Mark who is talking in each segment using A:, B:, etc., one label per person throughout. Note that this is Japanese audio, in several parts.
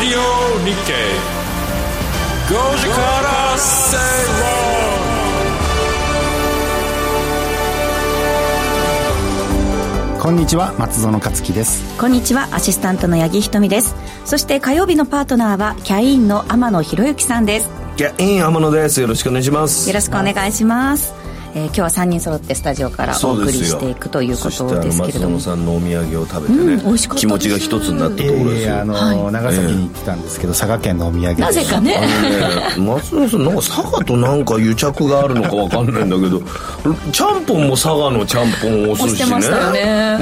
A: 日経5時から正
B: 論こんにちは松園克樹です
C: こんにちはアシスタントの八木ひとみですそして火曜日のパートナーはキャインの天野博之さんです
D: キャイン天野ですよろしくお願いします
C: よろしくお願いします、えー、今日は3人揃ってスタジオからお送りしていくということですけれども
D: 松野さんのお土産を食べてね、うん、気持ちが一つになったところですよ、えー、あ
B: の、はい、長崎に行ってたんですけど、えー、佐賀県のお土産
C: なぜかね
D: ね松野さんなんか佐賀となんか癒着があるのか分かんないんだけどちゃんぽんも佐賀のちゃんぽんをするしね
C: しね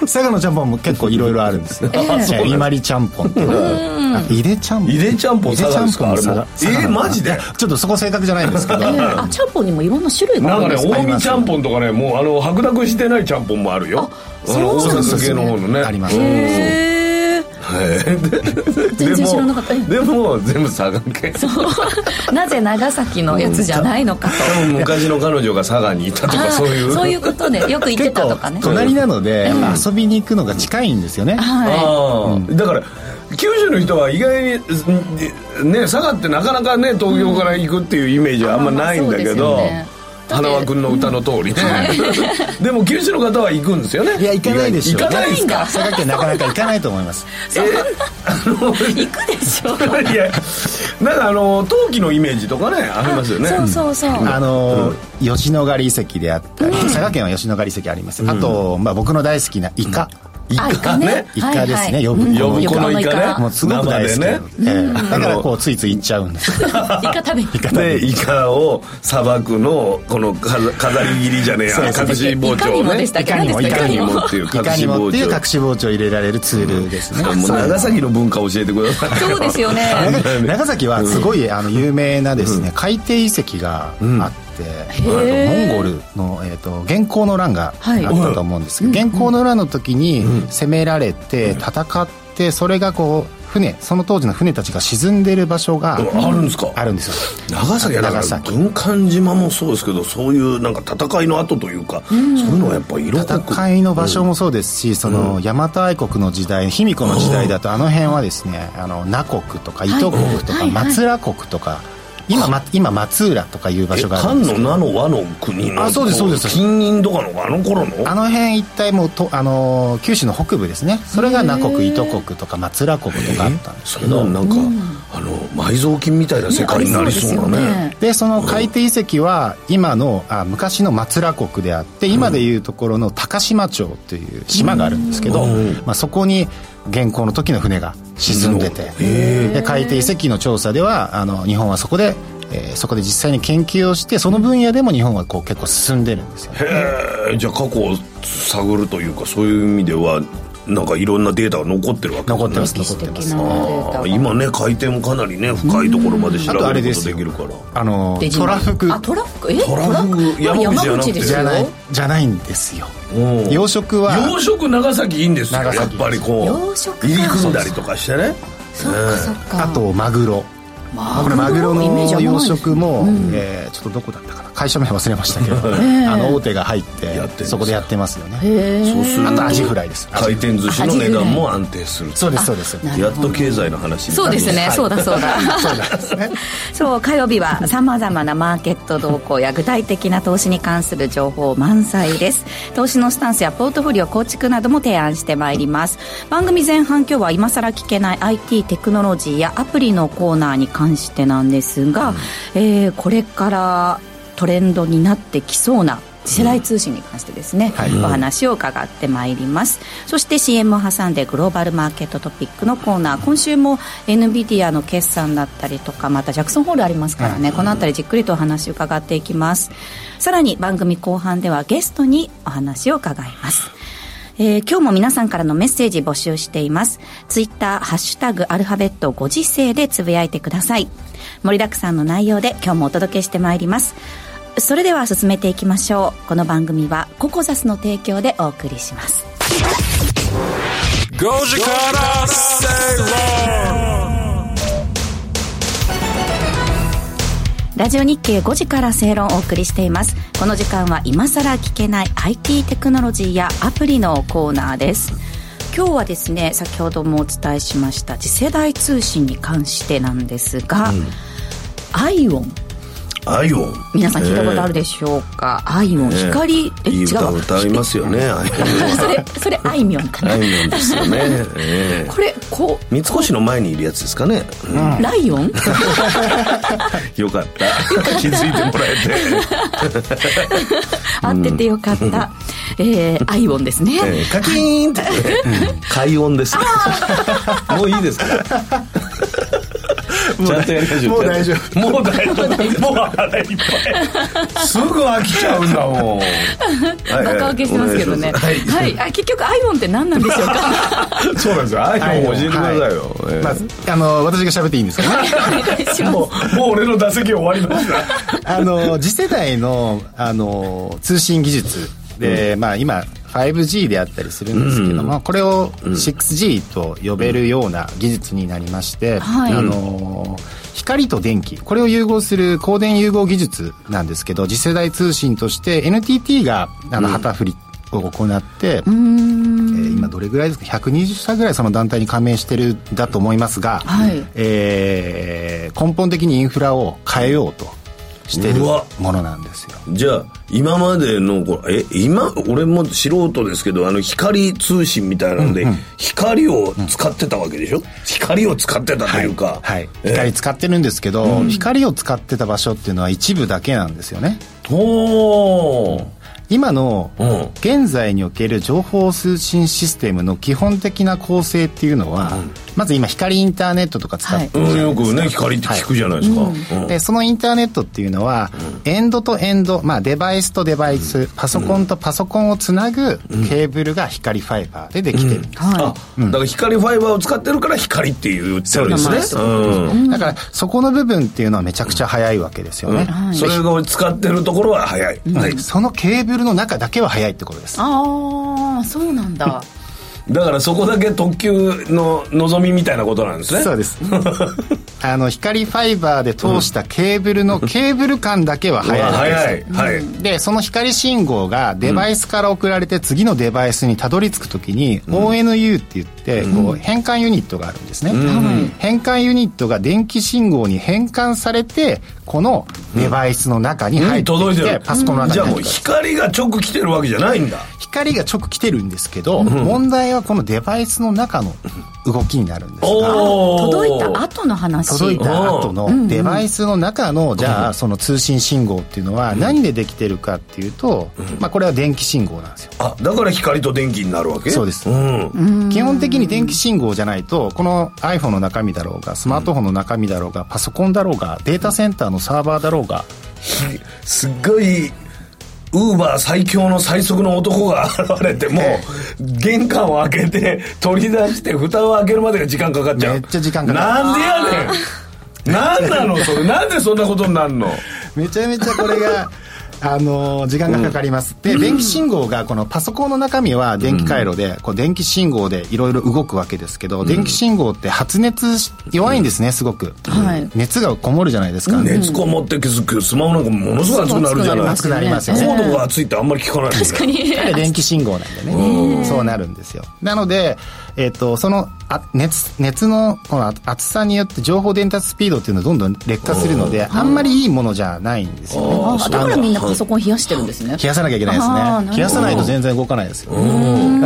B: 佐賀のちゃんぽんも結構いろいろあるんですよ、えー、伊万里ちゃんぽんとか井出ちゃんぽん
D: 井出ちゃんぽん佐賀ですかあれ
B: も
D: えー、マジで
B: ちょっとそこ正確じゃないんですけど、え
C: ー、あちゃんぽんにもいろんな種類がある
D: なんかね近江ちゃんぽんとかねもうあの白濁してないちゃんぽんもあるよあの大阪系の方のね
B: ありますね
C: 全然知らなかった
D: でも全部佐賀県
C: そう なぜ長崎のやつじゃないのかと、
D: うん、昔の彼女が佐賀にいたとかそういう
C: そういうことねよく行ってたとかね
B: 隣なので、うん、遊びに行くのが近いんですよね、
D: はい、うん、だから九州の人は意外にね佐賀ってなかなかね東京から行くっていうイメージはあんまないんだけど、花輪君の歌の通りね、うん、 でも九州の方は行くんですよね
B: いや行かないでしょ
D: 行かないん
B: だ佐賀県なかなか行かないと思います、
C: えー、行くでしょ
D: いやなんかあの陶器のイメージとかねありますよね
C: そうそうそう、うん
B: あの、うん、吉野ヶ里遺跡であったり、佐賀県は吉野ヶ里遺跡あります、あと、まあ、僕の大好きなイカ、
D: イカね
B: イカですね、
D: 呼ぶ子のイカ
B: ねもうすごく大好き、ねえー、だからこうついつい行っちゃうんですイ
C: カ食べに
D: 行でイカを砂漠のこの飾り切りじゃねえや隠し包丁
C: ね
B: イカにも
D: イカにもっていう
B: 隠し包丁隠し包丁入れられるツールですね、
D: うん、長崎の文化教えてください
C: そうですよね
B: 長崎はすごいあの有名なですね、うん、海底遺跡があって、うんモンゴルの、えーと、と元寇の乱があったと思うんですけど、はい、元寇の乱の時に攻められて戦ってそれがこう船その当時の船たちが沈んでる場所が
D: あるんですか
B: あるんですよ
D: 長崎はだから軍艦島もそうですけどそういうなんか戦いの後というか、うん、そういうのはやっぱ色濃
B: く戦いの場所もそうですし、うん、その邪馬台国の時代卑弥呼の時代だとあの辺はですねあの名国とか伊都国とか、はい、松浦国とか、今、ま、今松浦とかいう場所があるん
D: ですけの名の和の国のあそうですそうです金銀とかのあの頃の
B: あの辺一帯もと、あのー、九州の北部ですねそれが名国伊都国とか松浦国とかあったんですけど
D: そんななんか、うん、あの埋蔵金みたいな世界になりそうなね、ね、
B: でその海底遺跡は今のあ昔の松浦国であって今でいうところの高島町という島があるんですけど、うん、まあ、そこに元寇の時の船が沈んでてで海底遺跡の調査ではあの日本はそこで、えー、そこで実際に研究をしてその分野でも日本はこう結構進んでるんですよ、ね、
D: へえじゃあ過去を探るというかそういう意味ではなんかいろんなデータが残ってるわけ
B: ですね残ってます残ってますあ
D: あ今ね海底もかなりね深いところまで調べることできるから
B: あのトラフグ
C: あトラフグえ
D: トラフグ
C: 山口
B: じゃないじゃないんですよ養殖は
D: 養殖長崎いいんですよやっぱりこう
C: 養殖
D: 入り組んだりとかしてね
C: そっかそっか、
B: あとマグロこれマグロの養殖も、うん、えー、ちょっとどこだったかな会社名忘れましたけ ど、あの大手が入ってそこでやってますよねそうするあとアジフライです
D: 回転寿司の値段も安定する
B: そうですそうです
D: やっと経済の話
C: そうですね、はい、そうだそうだそうだ、ね、 そう火曜日はさまざまなマーケット動向や具体的な投資に関する情報満載です投資のスタンスやポートフォリオ構築なども提案してまいります番組前半今日は今さら聞けない IT テクノロジーやアプリのコーナーに関関してなんですが、うん、えー、これからトレンドになってきそうな世代通信に関してですね、うんはい、お話を伺ってまいりますそして CM を挟んでグローバルマーケットトピックのコーナー今週も NVIDIA の決算だったりとかまたジャクソンホールありますからね、うん、この辺りじっくりとお話を伺っていきますさらに番組後半ではゲストにお話を伺いますえー、今日も皆さんからのメッセージ募集しています。ツイッター、ハッシュタグ、アルファベット、ご時世でつぶやいてください。盛りだくさんの内容で今日もお届けしてまいります。それでは進めていきましょう。この番組はココザスの提供でお送りします。
A: 5時から正論
C: ラジオ日経5時から正論をお送りしています。この時間は今更聞けない IT テクノロジーやアプリのコーナーです。今日はですね先ほどもお伝えしました次世代通信に関してなんですが、アイオン
D: アイオン
C: 皆さん聞いたことあるでしょうか、アイオン、
D: ね
C: 光え
D: いい
C: 違う
D: 歌
C: わ
D: 歌いますよねアイオン
C: それそれあいみょんかな
D: アイオンですよね、ええ
C: これこ
D: 三越の前にいるやつですかね、うん
C: うライオン
D: よかった気づいてもらえて
C: 合っててよかった、えー、アイオンですね、
D: ええカキーンって快音ですねもういいですからちゃんとやりましょう
B: もう大丈夫
D: もう大丈夫もう腹いっぱいすぐ飽きちゃうんだもんバ
C: バカ受けしてますけどね
D: はい、
C: はい、あ結局アイオンって何なんでしょ うか
D: そうなんですよアイオン教えてくださいよ、
B: は
D: ええ
B: まあ、あの私が喋っていいんですかね
C: お願いします
D: もう、もう俺の打席終わりました。
B: あの次世代のあの通信技術で、まあ、今 5G であったりするんですけども、これを 6G と呼べるような技術になりまして、
C: はい
B: あの光と電気これを融合する光電融合技術なんですけど次世代通信として NTT があの旗振りを行って、えー今どれぐらいですか120社ぐらいその団体に加盟してるんだと思いますが、
C: はい
B: えー根本的にインフラを変えようとしてる
D: うわ
B: ものなんですよ。
D: じゃあ、今までのこう、え、今、俺も素人ですけど、あの、光通信みたいなので、光を使ってたわけでしょ光を使ってたというか。
B: はい、
D: え
B: 光使ってるんですけど、光を使ってた場所っていうのは一部だけなんですよね
D: ほー。
B: 今の
D: うん
B: 現在における情報通信システムの基本的な構成っていうのは、まず今光インターネットとか使ってる
D: うん
B: じゃな
D: よ
B: いです
D: く
B: か
D: ね、光って聞くじゃないですか。うん
B: でそのインターネットっていうのは、エンドとエンド、まあ、デバイスとデバイス、パソコンとパソコンをつなぐケーブルが光ファイバーでできてる、
D: あ、だから光ファイバーを使ってるから光っていう言ってるんですね。うん
B: だからそこの部分っていうのはめちゃくちゃ早いわけですよね、
D: それが使ってるところは早い。はい
B: そのケーブルの中だけは早いってことです
C: ああそうなんだ
D: だからそこだけ特急の望みみたいなことなんですね。
B: そうです あの光ファイバーで通したケーブルのケーブル間だけは早いわけですよ
D: 早い。はい。
B: でその光信号がデバイスから送られて次のデバイスにたどり着く時に ONU って言ってこう変換ユニットがあるんですね、変換ユニットが電気信号に変換されてこのデバイスの中に入って
D: 届い
B: き
D: て
B: て、
D: る。
B: パソコンの中
D: じ
B: に
D: ゃあ
B: 入っ
D: もう
B: てきて
D: 光が直来てるわけじゃないんだ。
B: 光が直来てるんですけど、問題はこのデバイスの中の動きになるんですが
D: おお。
C: 届いた後の話
B: 届いた後のデバイスの中のじゃあその通信信号っていうのは何でできてるかっていうと、まあ、これは電気信号なんですよ
D: あ、だから光と電気になるわけ
B: そうです
D: うん。
B: 基本的に電気信号じゃないとこの iPhone の中身だろうがスマートフォンの中身だろうがパソコンだろうがデータセンターのサーバーだろうが
D: すっごい、ウーバー最強の最速の男が現れても、玄関を開けて取り出して蓋を開けるまでが時間かかっちゃう。
B: めっちゃ時間かかる
D: なんでやねん。なんなのそれ。なんでそんなことになるの
B: めちゃめちゃこれ があのー時間がかかります、で電気信号がこのパソコンの中身は電気回路で、こう電気信号でいろいろ動くわけですけど、電気信号って発熱し弱いんですね、すごく、
C: はい
B: 熱がこもるじゃないですか、
D: 熱こもって気づくスマホなんかものすごい熱くなるじゃない
B: 熱くなりますよね
D: コードが熱いってあんまり聞かない確かに
B: で電気信号なんでねそうなるんですよなので、えっとそのあ熱熱のこの熱さによって情報伝達スピードっていうのはどんどん劣化するのであんまりいいものじゃないんですよね
C: あだからみんなパソコン冷やしてるんですね
B: 冷やさなきゃいけないです
C: あーなるほ
B: ね
C: ど
B: 冷やさないと全然動かないですよだか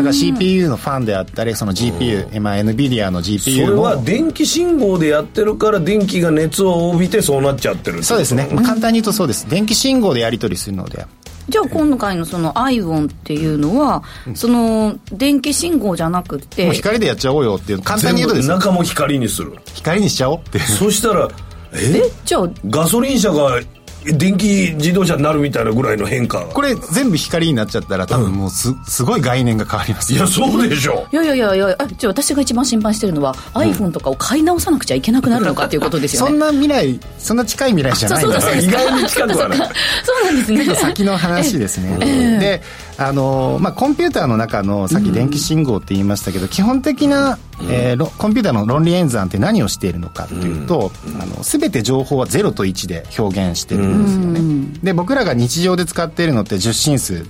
B: ら CPU のファンであったりその GPU まあ NVIDIA の
D: それ
B: GPU
D: は
B: も
D: 電気信号でやってるから電気が熱を帯びてそうなっちゃってるってこと
B: そうですね、まあ、簡単に言うとそうです電気信号でやり取りするので
C: じゃあ今回のそのアイオンっていうのは、その電気信号じゃなくて
B: もう光でやっちゃおうよっていう簡単
D: 全
B: に言うと
D: 部
B: ですよ
D: 中も光にする
B: 光にしちゃおうっていう
D: そしたらえ
C: じゃあ
D: ガソリン車が電気自動車になるみたいなぐらいの変化
B: これ全部光になっちゃったら多分もうすすごい概念が変わります
D: いやそうでしょ
C: いやいやいやいやあじゃあ私が一番心配してるのは、iPhone とかを買い直さなくちゃいけなくなるのかっていうことですよ
B: そ
C: ね
B: んな未来そんな近い未来じゃないん
C: そう
B: だ
C: そうそう
D: 意外に近くはない
C: そうなん ですね
B: 先の話ですね、であの、まあ、コンピューターの中のさっき電気信号って言いましたけど、基本的なえーろコンピューターの論理演算って何をしているのかっていうと、あの全て情報は0と1で表現してるんですよね、で僕らが日常で使っているのって10進数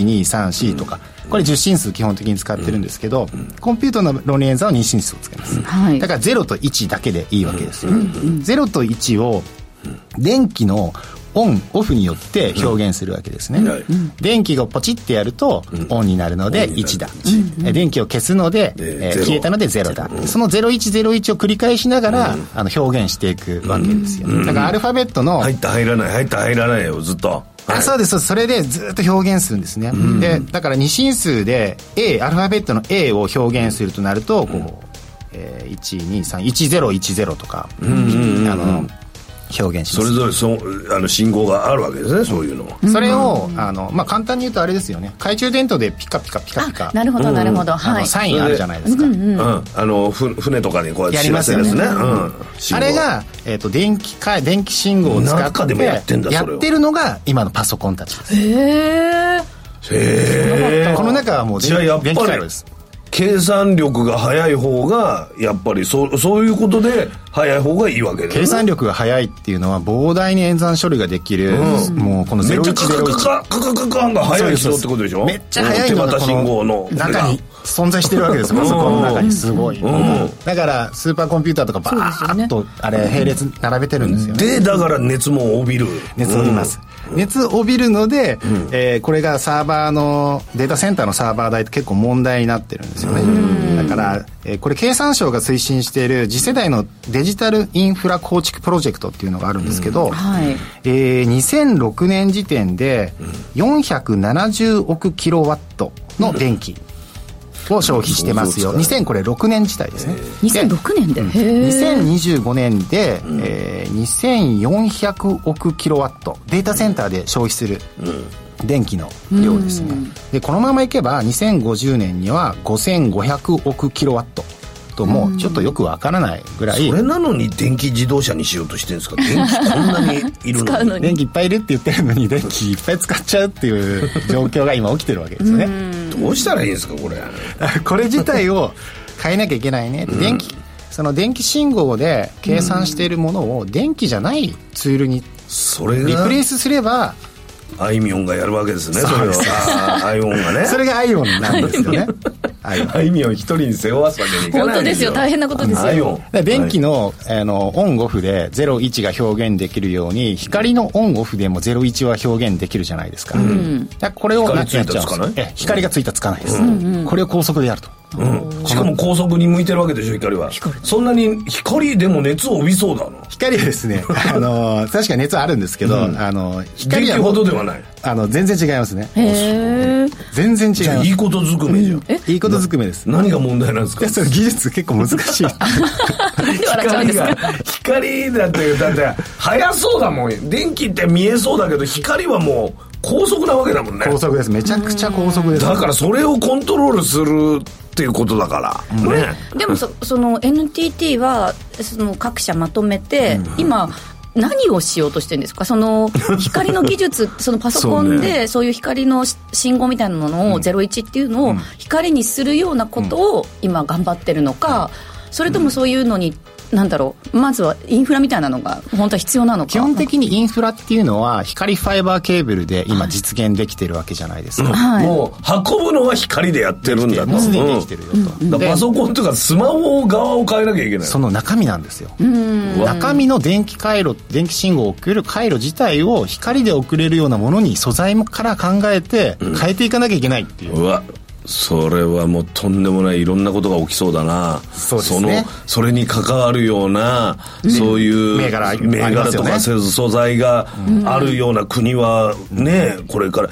B: 01234とか、これ10進数基本的に使ってるんですけど、コンピューターの論理演算は2進数を使います、
C: はい
B: だから0と1だけでいいわけですよ、0と1を電気のオンオフによって表現するわけですね、
D: はい
B: 電気をポチってやるとオンになるので1だ、え電気を消すので、
D: で
B: えー
D: ゼロ
B: 消えたので0だ、その0101を繰り返しながら、あの表現していくわけですよね、だからアルファベットの、
D: 入った入らない入った入らないをずっと
B: あそうですそうですそれでずっと表現するんですね、でだから二進数で A アルファベットの A を表現するとなるとこう、えー、12311010とか、あの表現し
D: そ
B: ま
D: れ
B: す
D: ぞれそあの信号があるわけですねそういうのは
B: それを、あのまあ、簡単に言うとあれですよね懐中電灯でピカピカピカピカ
C: あなるほどなるほど、
B: あの
C: はい
B: サインあるじゃないですか、
D: うんあのふ船とかにこうやって
B: やり
D: 知ら
B: ます
D: せ
B: よ
D: る
B: ね
D: やつねうん信
B: あ
D: 号
B: れが、えー、と電気か電気信号を使って
D: 中でもやってんだそれを
B: やってるのが今のパソコンたちです、
C: へえ
D: へえ
B: この中はもう
D: じゃあ
B: 電
D: やっ
B: 電気
D: ぱ
B: 回
D: り
B: 路です
D: 計算力が早い方がやっぱりそうそういうことで早い方がいいわけだよね
B: 計算力が速いっていうのは膨大に演算処理ができる、もうこの
D: めっちゃカカカ
B: 0101
D: カカカカカンが速い人ってことでしょ
B: めっちゃ速いの
D: 手
B: が
D: 旗信号の
B: この中に存在してるわけですよ
D: うん
B: パソコンの中にすごい、
D: ん
B: だからスーパーコンピューターとかバーッとあれ並列並べてるんですよね
D: でだから熱も帯びる
B: 熱を帯びます、熱を帯びるので、えーこれがサーバーのデータセンターのサーバー代って結構問題になってるんですよね、だから、えーこれ経産省が推進している次世代のデジタルインフラ構築プロジェクトっていうのがあるんですけど、
C: はい
B: えー2006年時点で470億キロワットの電気を消費してますよ2000これ6年時代ですねで
C: 2006年で、へえ
B: 2025年で、えー2400億キロワットデータセンターで消費する電気の量ですね、でこのままいけば2050年には5500億キロワットともうちょっとよくわからないぐらい、
D: それなのに電気自動車にしようとしてるんですか電気こんなにいる
C: 使
D: の
C: う
D: に
C: のに
B: 電気いっぱいいるって言ってるのに電気いっぱい使っちゃうっ ていう状況が今起きてるわけですよね
D: どうしたらいいんですかこれ
B: これ自体を変えなきゃいけないね、電気その電気信号で計算しているものを電気じゃないツールに
D: それ
B: リ
D: が
B: プレイスすれば
D: あいみょんがやるわけですねそれをあーあいみょんがね
B: それがアイオンなんですよね アイオンだか
D: あいみょん一人に背負わすわけにいかない
C: 本当ですよ大変なことですよ
D: あいみょん
B: ら電気の,、あのオンオフで01が表現できるように光のオンオフでも01は表現できるじゃないですか,、だからこれをなくなっちゃうんです
D: 光ついたらつかない
B: ええ光がついたらつかないです、これを高速でやると
D: うんしかも高速に向いてるわけでしょ光はそんなに光でも熱を帯びそうだな
B: 光はですね、 あの確かに熱はあるんですけど、あの
D: 電
B: 光
D: 気
B: は
D: ほどではない
B: あの全然違いますね
C: へえ
B: 全然違
D: じゃあ
B: い
D: いいことずくめじゃん
B: ますいいことずくめですい
D: 何が問題なんですか
B: や それ技術結構難しい
C: 笑っちゃうんですか
D: 光だってだって速そうだもん電気って見えそうだけど光はもう高速なわけだもんね
B: 高速ですめちゃくちゃ高速です
D: だからそれをコントロールするっていうことだから、ね
C: でもそその NTT はその各社まとめて、今何をしようとしてるんですかその光の技術そのパソコン
D: そう
C: でそういう光のし信号みたいなのを01っていうのを光にするようなことを今頑張ってるのか、それともそういうのに何だろうまずはインフラみたいなのが本当は必要なのか
B: 基本的にインフラっていうのは光ファイバーケーブルで今実現できてるわけじゃないですか、
C: はい
D: もう運ぶのは光でやってるんだと
B: もうすでにできてるよと、
D: うんだから
B: で
D: パソコンとかスマホ側を変えなきゃいけない
B: その中身なんですよ中身の電気回路電気信号を送る回路自体を光で送れるようなものに素材から考えて変えていかなきゃいけないっていう、
D: うわそれはもうとんでもないいろんなことが起きそうだな
B: そうですね
D: そのそれに関わるような、そういう
B: 銘柄あり
D: 銘
B: ま
D: 柄
B: す
D: と
B: よね
D: かそういう素材があるような国はね、これから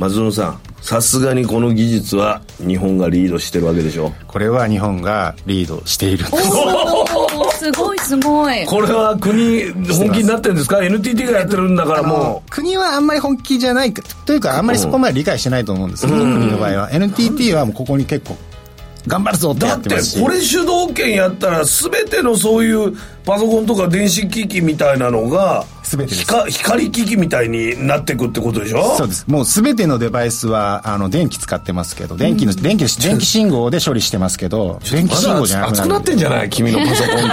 D: 松野さんさすがにこの技術は日本がリードしてるわけでしょ
B: これは日本がリードしているんです
C: おーすごいすごい
D: これは国本気になってるんですか NTT がやってるんだからも
B: もう国はあんまり本気じゃないかというかあんまりそこまで理解してないと思うんですよ、国の場合は NTT はもうここに結構頑張るぞって
D: だ
B: やっ
D: ってて
B: ますし
D: これ主導権やったら全てのそういうパソコンとか電子機器みたいなのが
B: 全てです
D: 光光機器みたいになってくってことでしょ
B: そうですもう全てのデバイスはあの電気使ってますけど電気の、電気の電気信号で処理してますけど電気信号じゃなく
D: 熱くなってんじゃない君のパソコンと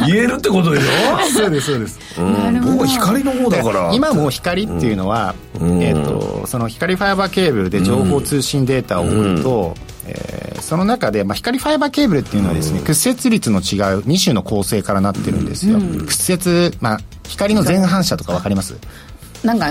D: か言えるってことでし
B: そうですそうです
D: ょ、うん、僕は光の方だから
B: 今もう光っていうのは、えー、とその光ファイバーケーブルで情報通信データを送ると、えーその中で、まあ、光ファイバーケーブルっていうのはですね、屈折率の違う2種の構成からなってるんですよ、屈折、まあ、光の前反射とか分かります
C: なんか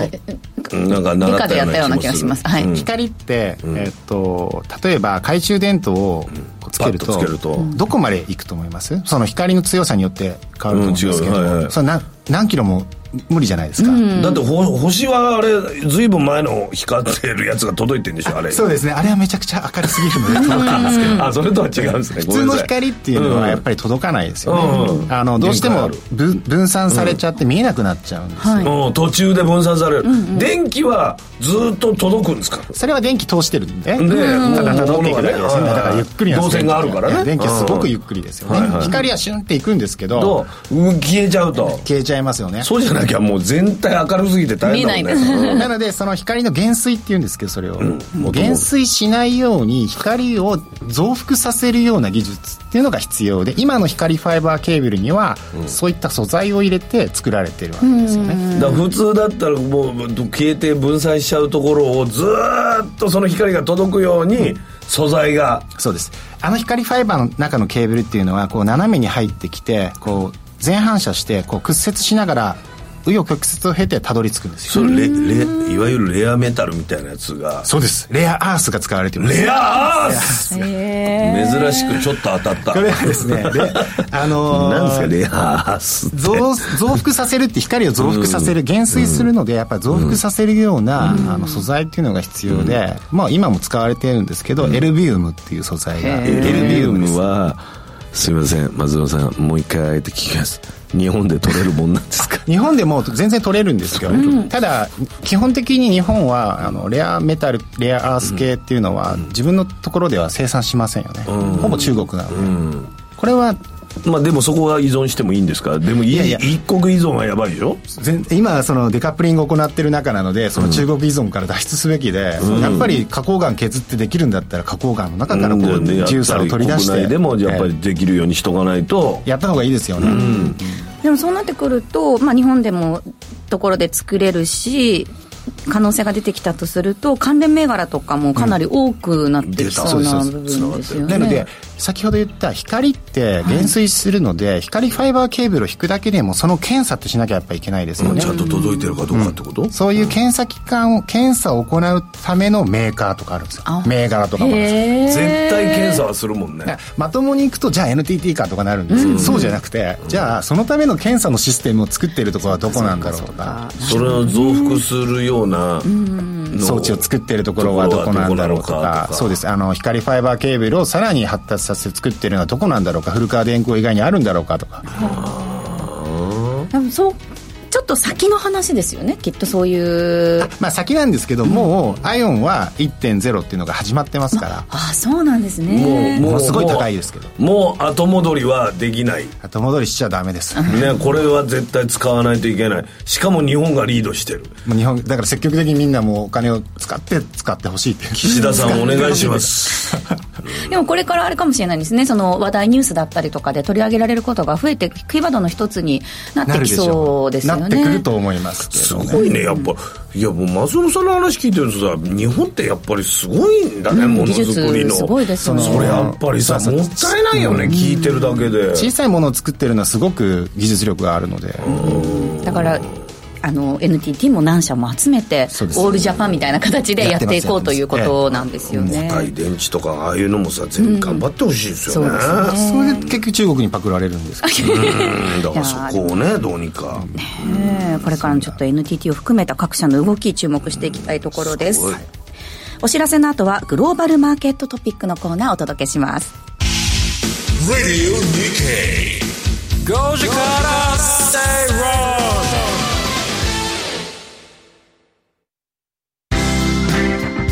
D: うんなんか
C: 理
D: 習
C: 科でやったような気がします
D: る
C: はい、
B: 光って、えっと例えば懐中電灯をこうつけると
D: パッとつけると
B: どこまでいくと思いますその光の強さによって変わると思うんですけど、
D: うん違うはいはい
B: それな何キロも無理じゃないですか、
D: だってほ星はあれずいぶん前の光ってるやつが届いてんでしょあれ
B: そうですねあれはめちゃくちゃ明るすぎるので届かないん ですけど
D: あそれとは違うんですね
B: 普通の光っていうのはやっぱり届かないですよね、
D: うん
B: あのどうして
D: 限界あ
B: も
D: る
B: 分分散されちゃって見えなくなっちゃうんですよ、
C: はい
D: うん、途中で分散される、電気はずっと届くんですか
B: それは電気通してるんで
D: で
B: ただたどっていくだけですよ
D: うん
B: ねだからゆっくりなんで
D: 動
B: すよ
D: 線があるからね
B: 電気はすごくゆっくりですよね、
D: うんはいはい
B: 光はシュンっていくんですけど
D: とうん消えちゃうと
B: 消えちゃいますよね
D: そうじゃなきゃもう全体明るすぎて大変だもんね
C: 見えな
B: なのでその光の減衰っていうんですけどそれを、もう減衰しないように光を増幅させるような技術っていうのが必要で今の光ファイバーケーブルには、そういった素材を入れて作られてるわけですよね、
D: だから普通だったらもう消えて分散しちゃうところをずーっとその光が届くように素材が
B: そうですあの光ファイバーの中のケーブルっていうのはこう斜めに入ってきてこう前反射してこう屈折しながら紆余曲折を経てたどり着くんですよ
D: そのレレいわゆるレアメタルみたいなやつが
B: そうですレアアースが使われてる
D: レアアース
C: え
D: 珍しくちょっと当たった
B: これはで すねであのー
D: なんですかレアアースって
B: 増増幅させるって光を増幅させる減衰するのでやっぱり増幅させるような、あの素材っていうのが必要で、まあ、今も使われてるんですけど、エルビウムっていう素材が
C: へ
E: エ
C: ー
E: ルビウムはすいません松尾さんもう一回あえて聞きます日本で取れるもんなんですか
B: 日本でも全然取れるんですけど、ただ基本的に日本はあのレアメタルレアアース系っていうのは、自分のところでは生産しませんよね、ほぼ中国なので、これは
D: まあでもそこは依存してもいいんですかでもい
B: いやいや
D: 一国依存はやばいでしょ
B: 全今そのデカップリングを行ってる中なのでその中国依存から脱出すべきで、やっぱり花崗岩削ってできるんだったら花崗岩の中からこう
D: うんでやっぱり
B: 自由さを取り出して
D: 国内でもやっぱりできるようにしとかないと
B: えーやった方がいいですよね、
C: でもそうなってくると、まあ、日本でもところで作れるし可能性が出てきたとすると関連銘柄とかもかなり多くなってきそうな部分ですよね。
B: なので先ほど言った光って減衰するので、光ファイバーケーブルを引くだけでもその検査ってしなきゃやっぱいけないですよね、
D: ちゃんと届いてるかどうかってこと、
B: そういう検査機関を検査を行うためのメーカーとかあるんですよ
C: あ
B: 銘柄とかもあるんですよ
C: へー
D: 絶対検査はするもんね
B: だからまともに行くとじゃあ NTT かとかなるんですけど、そうじゃなくてじゃあそのための検査のシステムを作ってるところはどこなんだろうとか
D: それを増幅するようなの
B: 装置を作ってるところはどこなんだろうと
D: どこなの
B: かそうですあの光ファイバーケーブルをさらに発達させて作ってるのはどこなんだろうか古川電工以外にあるんだろうかとか
C: 多分そうちょっと先の話ですよねきっとそういう
B: まあ先なんですけどもう ION は1.0っていうのが始まってますから
C: ああそうなんですね
B: ものすごい高いですけど
D: もう後戻りはできないね
B: 後戻りしちゃダメです
D: これは絶対使わないといけないしかも日本がリードしてる
B: もう日本だから積極的にみんなもうお金を使って使ってほしいっていう
D: 岸田さんお願いします
C: でもこれからあれかもしれないですねその話題ニュースだったりとかで取り上げられることが増えてキーワードの一つになってきそうですよね
B: なってくると思いますけ
D: す
B: どね
D: ごいねやっぱいやもう松尾さんの話聞いてるとさ日本ってやっぱりすごいんだね、もの
C: 技
D: づく
C: 術
D: りの
C: すごいですよね
D: それやっぱりさ
B: そう
D: も
B: そう
D: ったいないよね、聞いてるだけで
B: 小さいものを作ってるのはすごく技術力があるので、
C: だからあの NTT も何社も集めてオ
B: そうです
C: ールジャパンみたいな形でやっていこうということなんですよね。
D: 赤い電池とかああいうのもさ全部頑張ってほしいですよね、
C: うん
D: う
C: そ
D: ん
B: それで結局中国にパクられるんですけ
D: だ
B: ど
D: からそこをねどうにか
C: ねえこれからのちょっと NTT を含めた各社の動き注目していきたいところです
D: ごい
C: お知らせの後はグローバルマーケットトピックのコーナーをお届けします
A: Radio Nikkei. Gojikara, stay wrong.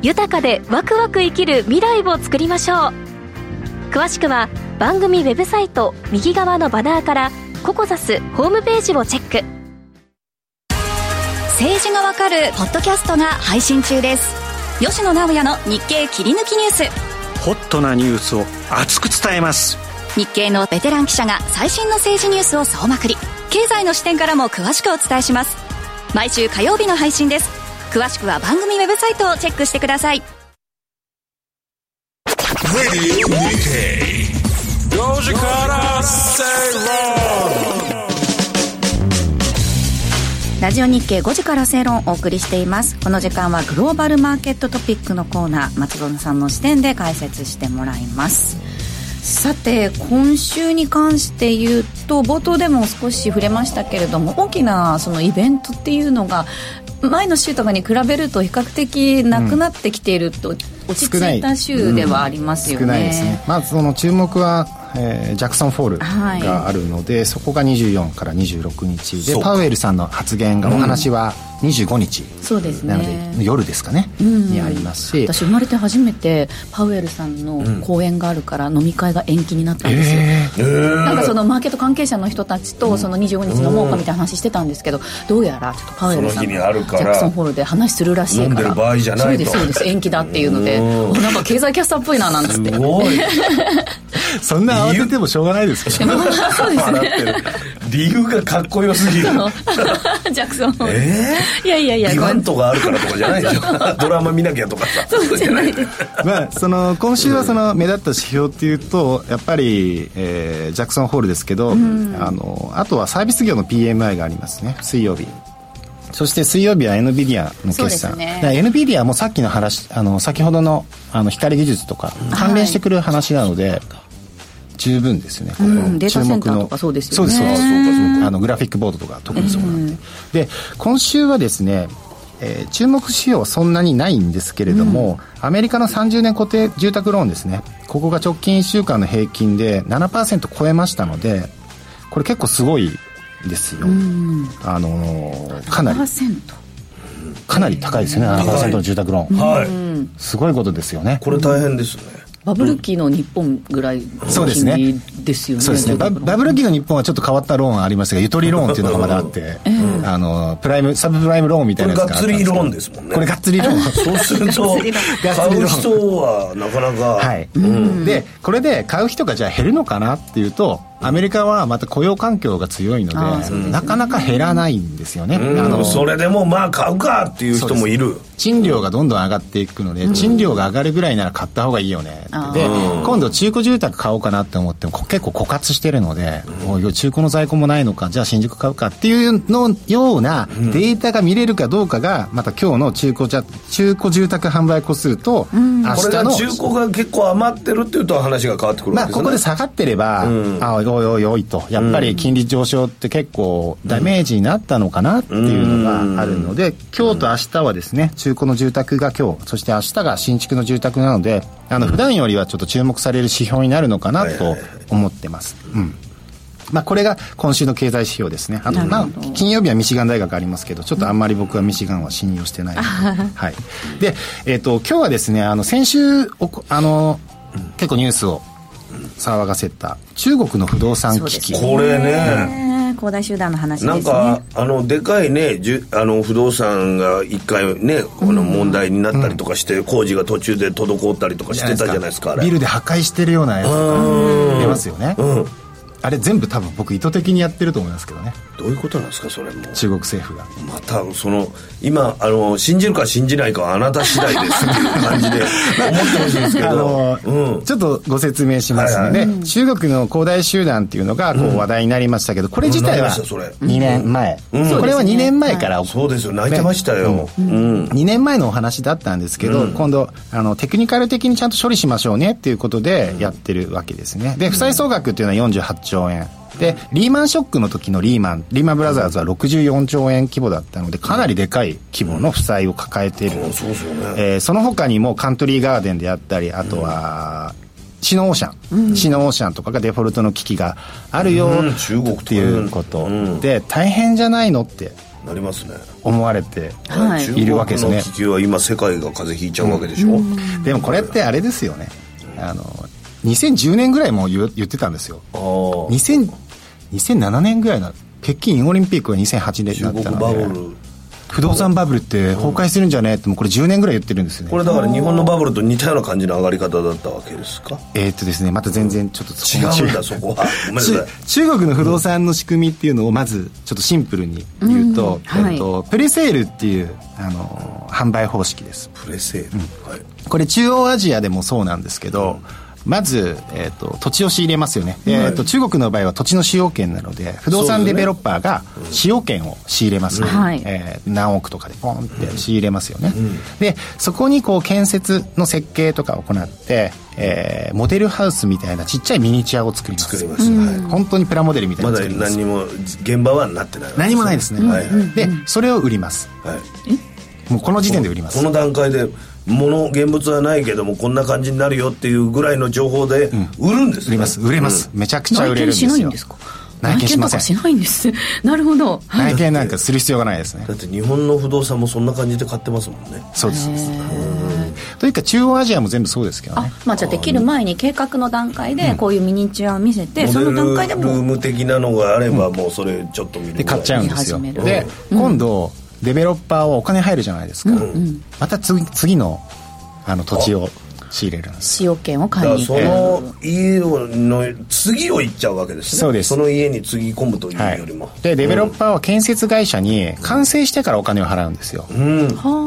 F: 豊かでワクワク生きる未来を作りましょう詳しくは番組ウェブサイト右側のバナーからココザスホームページをチェック
G: 政治がわかるポッドキャストが配信中です吉野直也の日経切り抜きニュー
H: スホットなニュースを熱く伝えます
G: 日経のベテラン記者が最新の政治ニュースを総まくり経済の視点からも詳しくお伝えします毎週火曜日の配信です詳しくは番組ウェブサイトをチェックしてください
C: ラジオ日経5時から正論をお送りしていますこの時間はグローバルマーケットトピックのコーナー松園さんの視点で解説してもらいますさて今週に関して言うと冒頭でも少し触れましたけれども大きなそのイベントっていうのが前の週とかに比べると比較的なくなってきていると、うん、落ち着いた週ではありますよね。
B: 少ないですね。まあその注目は、えー、ジャクソン・フォールがあるので、はい、そこが24から26日でパウエルさんの発言が、うん、お話は25日、
C: そうですね
B: なので夜ですかね、うん、にありますし
C: 私生まれて初めてパウエルさんの講演があるから飲み会が延期になったんですよ、えー、なんかそのマーケット関係者の人たちとその25日飲もうかみたいな話してたんですけどどうやらちょっとパウエルさんのジャクソンホールで話するらしいから
D: そう
C: ですそうです延期だっていうのでなんか経済キャスターっぽいななんつって
B: そんな慌ててもしょうがないですけど
C: そうですね
D: 理由がかっこよすぎる
C: ジャクソンホール、えー、いやいやいや
D: ギガントがあるからとかじゃないでしょドラマ見なきゃとか
C: そうじゃないです
B: まあその今週はその目立った指標っていうとやっぱり、えー、ジャクソンホールですけど、うん、あのあとはサービス業の PMI がありますね水曜日そして水曜日は NVIDIA の決算、ね、NVIDIA もさっきの話あの先ほどのあの光技術とか関連してくる話なので、はい、十分ですね、
C: これ、うん、データセンターとかそうですよね
B: そうですそうあのグラフィックボードとか特にそうなんで、うん、で今週はですね、えー、注目指標はそんなにないんですけれども、うん、アメリカの30年固定住宅ローンですねここが直近1週間の平均で7%超えましたのでこれ結構すごいですよ、あのー、かなりかなり高いですね7%の住宅ローン、、
D: はい
B: すごいことですよね
D: これ大変ですね
C: バブル期の日本ぐらい
B: そうですね
C: ですよね
B: そうですねバブル期の日本はちょっと変わったローンありましたがゆとりローンっていうのがまだあって、えー、あのプライムサブプライムローンみたいなやつが
D: あったんですけどこれがっつりローンですもんね
B: これがっつりローン
D: そうすると買う人はなかなか
B: はい、うん、でこれで買う人がじゃあ減るのかなっていうとアメリカはまた雇用環境が強いので、ね、なかなか減らないんですよね、
D: うん、あのそれでもまあ買うかっていう人もいる
B: 賃料がどんどん上がっていくので、うん、賃料が上がるぐらいなら買った方がいいよね、うん、で今度中古住宅買おうかなって思っても結構枯渇してるので、うん、中古の在庫もないのかじゃあ新宿買うかっていうのようなデータが見れるかどうかがまた今日の中古じゃ中古住宅販売個数と明日の、これ
D: が中古が結構余ってるっていうと話が変わってくるわ
B: けですね、まあ、ここで下がってれば、あおいおいおいとやっぱり金利上昇って結構ダメージになったのかなっていうのがあるので今日と明日はですね中古の住宅が今日そして明日が新築の住宅なのであの普段よりはちょっと注目される指標になるのかなと思ってます。うんまあ、これが今週の経済指標ですねあとまあ金曜日はミシガン大学ありますけどちょっとあんまり僕はミシガンは信用してないので、はい、で、えーと、と今日はですねあの先週あの結構ニュースを騒がせた中国の不動産危機、
D: ね、これね
C: 恒大集団の話、ね、
D: なんかあのでかいねじゅあの不動産が一回ねこの問題になったりとかして、うん、工事が途中で滞ったりとかしてたじゃないですか、うん、
B: ビルで破壊してるようなやつ出ますよね、うん、あれ全部多分僕意図的にやってると思いますけどね
D: どういうことなんですかそれも
B: 中国政府が
D: またその今あの信じるか信じないかはあなた次第ですっていう感じで思ってほしいんですけ
B: あの
D: ど、うん、
B: ちょっとご説明します
D: はい
B: ね、
D: は
B: で
D: い
B: 中国の恒大集団っていうのがこう話題になりましたけどこれ自体
D: うんな
B: は
D: りましたそれ
B: 2年前、
D: ん
B: これは2年前から
D: そうですよ泣いてましたよ、うん
B: 2年前のお話だったんですけど、今度あのテクニカル的にちゃんと処理しましょうねっていうことでやってるわけですねで負債総額っていうのは48兆円でリーマンショックの時のリーマンリーマンブラザーズは64兆円規模だったのでかなりでかい規模の負債を抱えている、
D: そうですよね
B: えーその他にもカントリーガーデンであったりあとは、シノオーシャン、シノオーシャンとかがデフォルトの危機があるよ
D: うん中国とか
B: っていうこと
D: うん
B: で大変じゃないのって
D: なりますね
B: 思われて
C: はい
D: 中
B: いるわけですね
D: 国の気球は今世界が風邪ひいちゃうわけでしょ、
B: でもこれってあれですよねあの2010年ぐらいも言う言ってたんですよ
D: ああ
B: 2000 2007年ぐらいの北京オリンピックが2008年だ
D: 中
B: っ
D: 国
B: た
D: バブ
B: ので
D: ル
B: 不動産バブルって崩壊するんじゃねえってもうこれ10年ぐらい言ってるんですよね
D: これだから日本のバブルと似たような感じの上がり方だったわけですか
B: えーっとですねまた全然ちょっとそ
D: 違
B: こも
D: うんだそ こはごめんなさい
B: ち中国の不動産の仕組みっていうのをまずちょっとシンプルに言うと,、
C: はい
B: えっとプレセールっていうあの販売方式です
D: プレセール、はい
B: これ中央アジアでもそうなんですけど、まず、えー、と土地を仕入れますよね、えー、と中国の場合は土地の使用権なので不動産デベロッパーが使用権を仕入れます、
C: はい
B: えー何億とかでポンって仕入れますよね、でそこにこう建設の設計とかを行って、えーモデルハウスみたいなちっちゃいミニチュアを作ります
D: 作りますはい
B: 本当にプラモデルみたいな
D: ま
B: の
D: だ
B: 作ります
D: 何にも現場はなってない
B: 何もないですね、
D: はいはい
B: でそれを売ります
D: はい
B: もうこの時点で売ります
D: この段階で物現物はないけどもこんな感じになるよっていうぐらいの情報で売るんです、ね
B: 売れます売れます、めちゃくちゃ
C: 内
B: 売
C: 見
B: れるんです
C: し
B: よ
C: ないんですか
B: 内見しませ
C: 内見と
B: ん
C: かしないんです なるほど、はい
B: 内見なんかする必要がないですね
D: だって日本の不動産もそんな感じで買ってますもんね
B: そうですというか中央アジアも全部そうですけど
C: あ
B: ね
C: まあじゃあできる前に計画の段階でこういうミニチュアを見せて、
D: モ
C: そ
D: デル
C: の
D: ル
C: 段階でも
D: ーム的なのがあればもうそれちょっと見るぐらい
B: で買っちゃうんですよ
C: 見始める
B: で今度デベロッパーはお金入るじゃないですか、また次次のあの土地を仕入れるんです
C: 使用権を
D: だ
C: 買
D: か
C: い
D: ら
C: に行
D: そ
C: く
D: の家の次を行っちゃうわけですね
B: そうです
D: その家につぎ込むというよりも、
B: でデベロッパーは建設会社に完成してからお金を払うんですよ、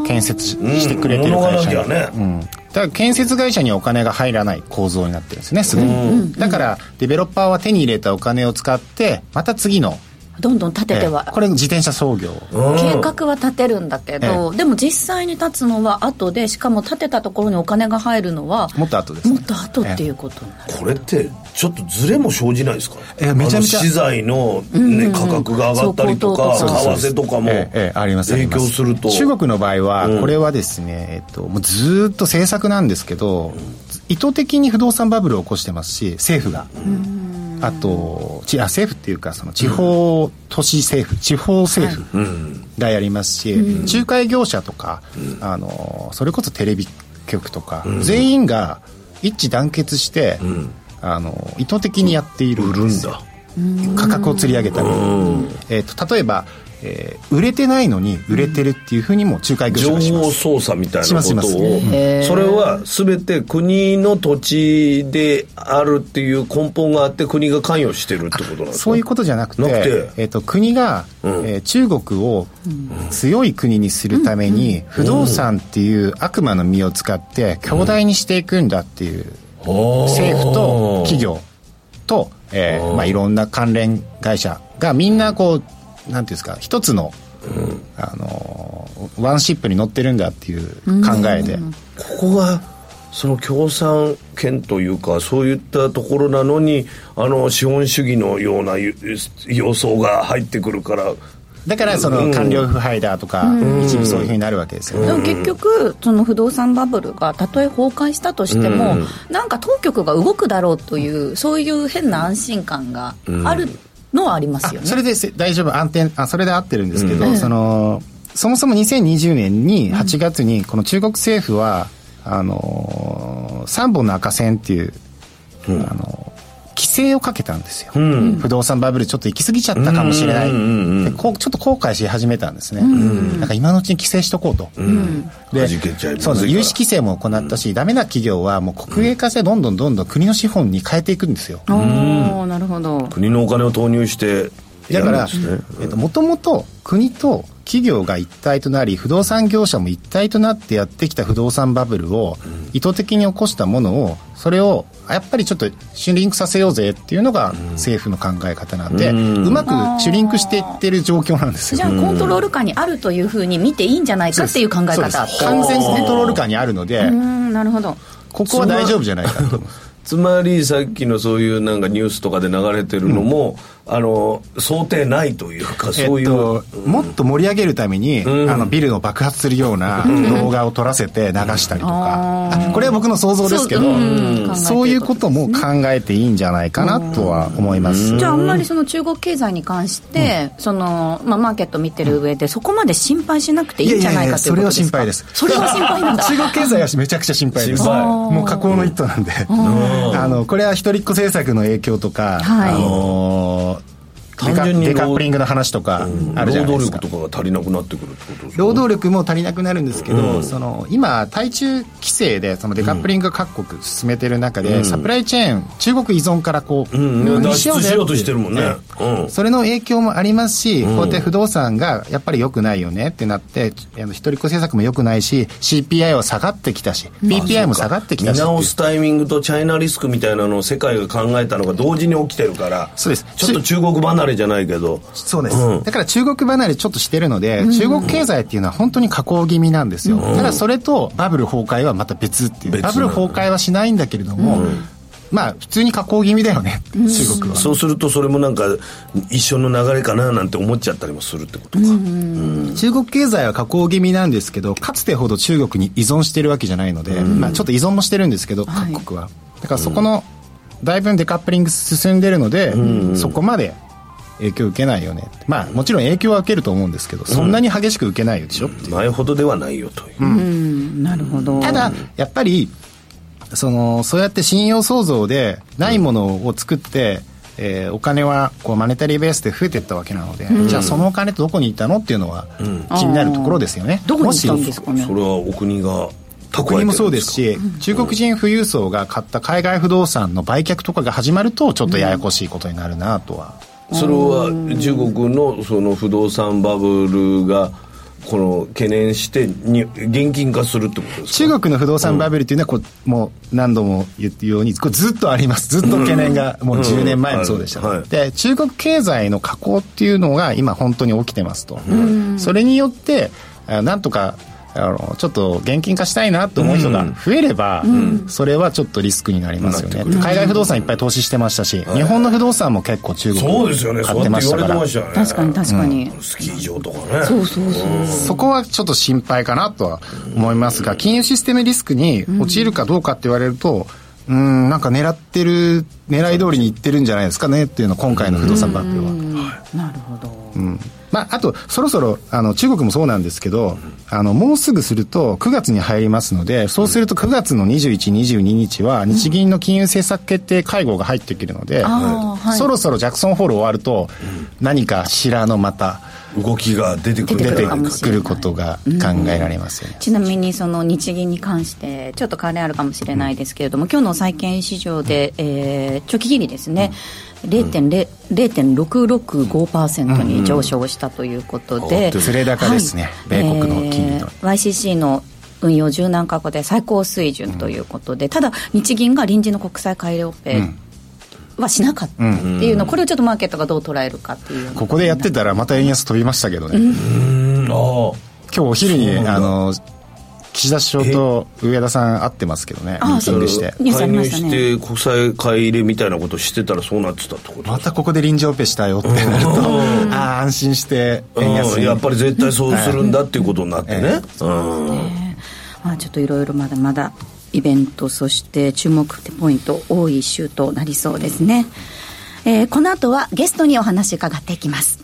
B: 建設ししてくれてる会社に、
D: うん物がなきゃね
B: うんだから建設会社にはお金が入らない構造になってるんですねすでにだからデベロッパーは手に入れたお金を使ってまた次の
C: どんどん立てては、
B: えこれ自転車操業
C: 計画は立てるんだけど、でも実際に立つのは後でしかも立てたところにお金が入るのは
B: もっと後ですね
C: もっと後っていうことになる
D: これってちょっとずれも生じないですか
B: いやめちゃめちゃ
D: あの資材の、ね価格が上がったりとか為
C: そう高騰
D: 替とかも
B: ええええありますあり
D: 影
B: ま
D: 響すると
B: 中国の場合
D: うん
B: はこれはですね、えっと、もうずーっと政策なんですけど意図的に不動産バブルを起こしてますし政府があとちあ政府っていうかその地方都市政府地方政府がやりますし仲介業者とかあのそれこそテレビ局とか全員が一致団結してあの意図的にやっているんですよ価格を釣り上げたり、えー、と例えば、えー売れてないのに売れてるっていうふうにも仲介業
D: 情
B: 者がしま
D: 報
B: す
D: 操作みたい
B: し
D: な
B: ま
D: こ
B: す
D: とを、
B: し
D: それは全て国の土地であるっていう根本があって国が関与してるってことなんですか
B: そういうことじゃなくて
D: なくて
B: えー、と国が、えー中国を強い国にするために、不動産っていう悪魔の実を使って強大にしていくんだっていう、政府と企業と、えーまあ、いろんな関連会社がみんなこうなんていうんですか一つの,、あのーワンシップに乗ってるんだっていう考えで。
D: ここがその共産権というかそういったところなのにあの資本主義のようなゆ様相が入ってくるから
B: だからその官僚腐敗だとか一部そういうふうになるわけですよね
C: でも結局その不動産バブルがたとえ崩壊したとしても、なんか当局が動くだろうというそういう変な安心感があるのはありますよね、
B: それでせ大丈夫安定あそれで合ってるんですけど、そのそもそも2020年に8月にこの中国政府は、あのー、3本の赤線っていう、あのー規規制をかけたんですよ、不動産バブルちょっと行き過ぎちゃったかもしれない、でこうちょっと後悔し始めたんですね、なんか今のうちに規制しとこうと、で
D: 弾けちゃいます
B: そうです融資規制も行ったし、ダメな企業はもう国営化してどんどんどんどん国の資本に変えていくんですよ、
C: おおなるほど
E: 国のお金を投入して
B: だか
E: や
B: ら
E: るんですね、
B: えっと、もともと国と企業が一体となり不動産業者も一体となってやってきた不動産バブルを意図的に起こしたものをそれをあやっぱりちょっとシュリンクさせようぜっていうのが政府の考え方なんでうまくシュリンクしていってる状況なんです
C: じ
B: よ
C: ゃあコントロール下にあるというふうに見ていいんじゃないかっていう考え
B: そうで
C: 方
B: す完全コントロール下にあるので
C: うんなるほど
B: ここは大丈夫じゃないかと思う
D: つまりさっきのそういうなんかニュースとかで流れてるのも、あの想定内というかそういう、
B: えっと、もっと盛り上げるために、あのビルを爆発するような動画を撮らせて流したりとか、あこれは僕の想像ですけど、
C: そう
B: そううんいうことも考えていいんじゃないかなとは思います。
C: じゃああんまりその中国経済に関して、そのまあ、マーケット見てる上でそこまで心配しなくていいんじゃないかということですか
B: いやいやいや
C: それは心配 なんだ
B: 中国経済はめちゃくちゃ心配です
D: 心配
B: もう加工の一途なんであのこれは一人っ子政策の影響とか、
C: はい
B: あのデカ
D: 単純に
B: デカップリングの話とかあるじゃ
D: 労
B: ない
D: 働
B: です
D: 力
B: か
D: とかが足りなくなってくるってことですか
B: 労働力も足りなくなるんですけど、その今、対中規制でそのデカップリング各国進めてる中で、サプライチェーン、中国依存からこう、
D: うん脱
B: 脱離よう
D: 出
B: ぜ
D: しようとしてるもんね、
B: え
D: うん
B: えそれの影響もありますし、こうやって不動産がやっぱり良くないよねってなって、あの一人っ子政策も良くないし、CPI は下がってきたし、PPI も下がってき
D: 見
B: たしっていう。
D: 直すタイミングとチャイナリスクみたいなのを世界が考えたのが同時に起きてるから
B: そうです
D: ちょっと中国離れじゃないけど
B: そうです、
D: うん
B: だから中国離れちょっとしてるので、中国経済っていうのは本当に下降気味なんですよ、ただそれとバブル崩壊はまた別っていう
D: 別な
B: バ
D: ん
B: ブ
D: だ
B: ル崩壊はしないんだけれども、まあ普通に下降気味だよね、中国は
D: そうするとそれもなんか一緒の流れかななんて思っちゃったりもするってことか、
B: 中国経済は下降気味なんですけどかつてほど中国に依存してるわけじゃないので、まあ、ちょっと依存もしてるんですけど、
C: はい
B: 各国はだからそこの、だいぶデカップリング進んでるので、そこまで影響受けないよねまあもちろん影響は受けると思うんですけどそんなに激しく受けないでしょ、
D: 前ほどではないよという、
C: なるほど
B: ただやっぱりそのそうやって信用創造でないものを作って、えーお金はこうマネタリーベースで増えていったわけなので、じゃあそのお金ってどこに行ったのっていうのは気になるところですよね、
C: どこに
B: も
C: 行っ
B: し
C: たんですかね
D: それはお国が蓄えて
B: 国
D: るん
B: もそうで
D: か
B: すし、中国人富裕層が買った海外不動産の売却とかが始まるとちょっとややこしいことになるなとは、
D: それは中国のその不動産バブルがこの懸念してに現金化するってことですか
B: 中国の不動産バブルというのはこうもう何度も言ってるようにこれずっとありますずっと懸念がもう10年前もそうでした、
D: はいはい
B: で中国経済の下降っていうのが今本当に起きてますと、それによってあなんとかあのちょっと現金化したいなと思う人が増えれば、それはちょっとリスクになりますよね、海外不動産いっぱい投資してましたし、日本の不動産も結構中
D: そう
B: 国
D: ですよねそうやって
B: 買っ
D: て
B: ま
D: 言
B: し
D: わ
B: た
D: れ
B: か
D: て
B: ら
D: ましたよね
C: 確かに確かに、
D: スキー場とかね
C: そうそうそう
B: そこはちょっと心配かなとは思いますが、金融システムリスクに陥るかどうかって言われると、うん、なんか狙ってる、狙い通りにいってるんじゃないですかねっていうの、今回の不動産バブルは。
C: なるほど
B: まあ、あと、そろそろあの中国もそうなんですけど、あのもうすぐすると9月に入りますので、そうすると9月の21、22日は、日銀の金融政策決定会合が入ってくるので、
C: あーはい
B: そろそろジャクソンホール終わると、何かしらのまた
D: 動きが出てくるんじ
B: 出
D: ゃな
B: て
D: いかと
B: くることが考えられますよね。
C: ちなみにその日銀に関してちょっと関連あるかもしれないですけれども今日の債券市場で、えー、長期金利ですね、0.0 0.665%に上昇したということで、
B: うん連れ高ですね米国の金利の
C: YCC の運用柔軟化後で最高水準ということで、ただ日銀が臨時の国債買いオペはしなかったっていうの、これをちょっとマーケットがどう捉えるかっていう
B: ここでやってたらまた円安飛びましたけどね、今
D: あ
B: 日お昼にあの岸田首相と上田さん会ってますけどねミ
C: ああ
B: ーティングし
C: そう
B: て
C: ニュースあ
D: 介
C: りま
D: 入
C: した
D: し
C: ね
D: て国債買い入れみたいなことしてたらそうなってたってこと
B: またここで臨時オペしたよってなるとああ安心して円安
D: うん
B: に
D: やっぱり絶対そうするんだっていうことになってね、うん
C: まあ、ちょっといろいろまだまだイベントそして注目ポイント多い週となりそうですね、えーこの後はゲストにお話伺っていきます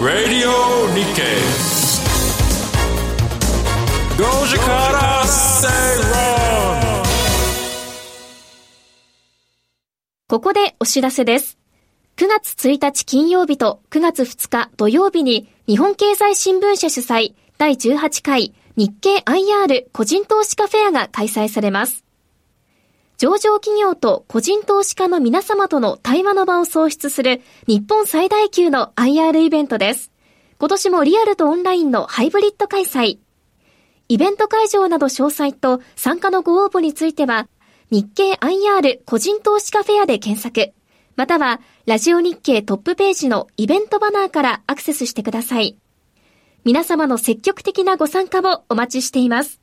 A: Radio Nikkei. Gojikara Seiron.
F: ここでお知らせです。9月1日金曜日と9月2日土曜日に日本経済新聞社主催第18回日経 IR 個人投資家フェアが開催されます。上場企業と個人投資家の皆様との対話の場を創出する日本最大級の IR イベントです。今年もリアルとオンラインのハイブリッド開催。イベント会場など詳細と参加のご応募については、日経 IR 個人投資家フェアで検索。または、ラジオ日経トップページのイベントバナーからアクセスしてください。皆様の積極的なご参加をお待ちしています。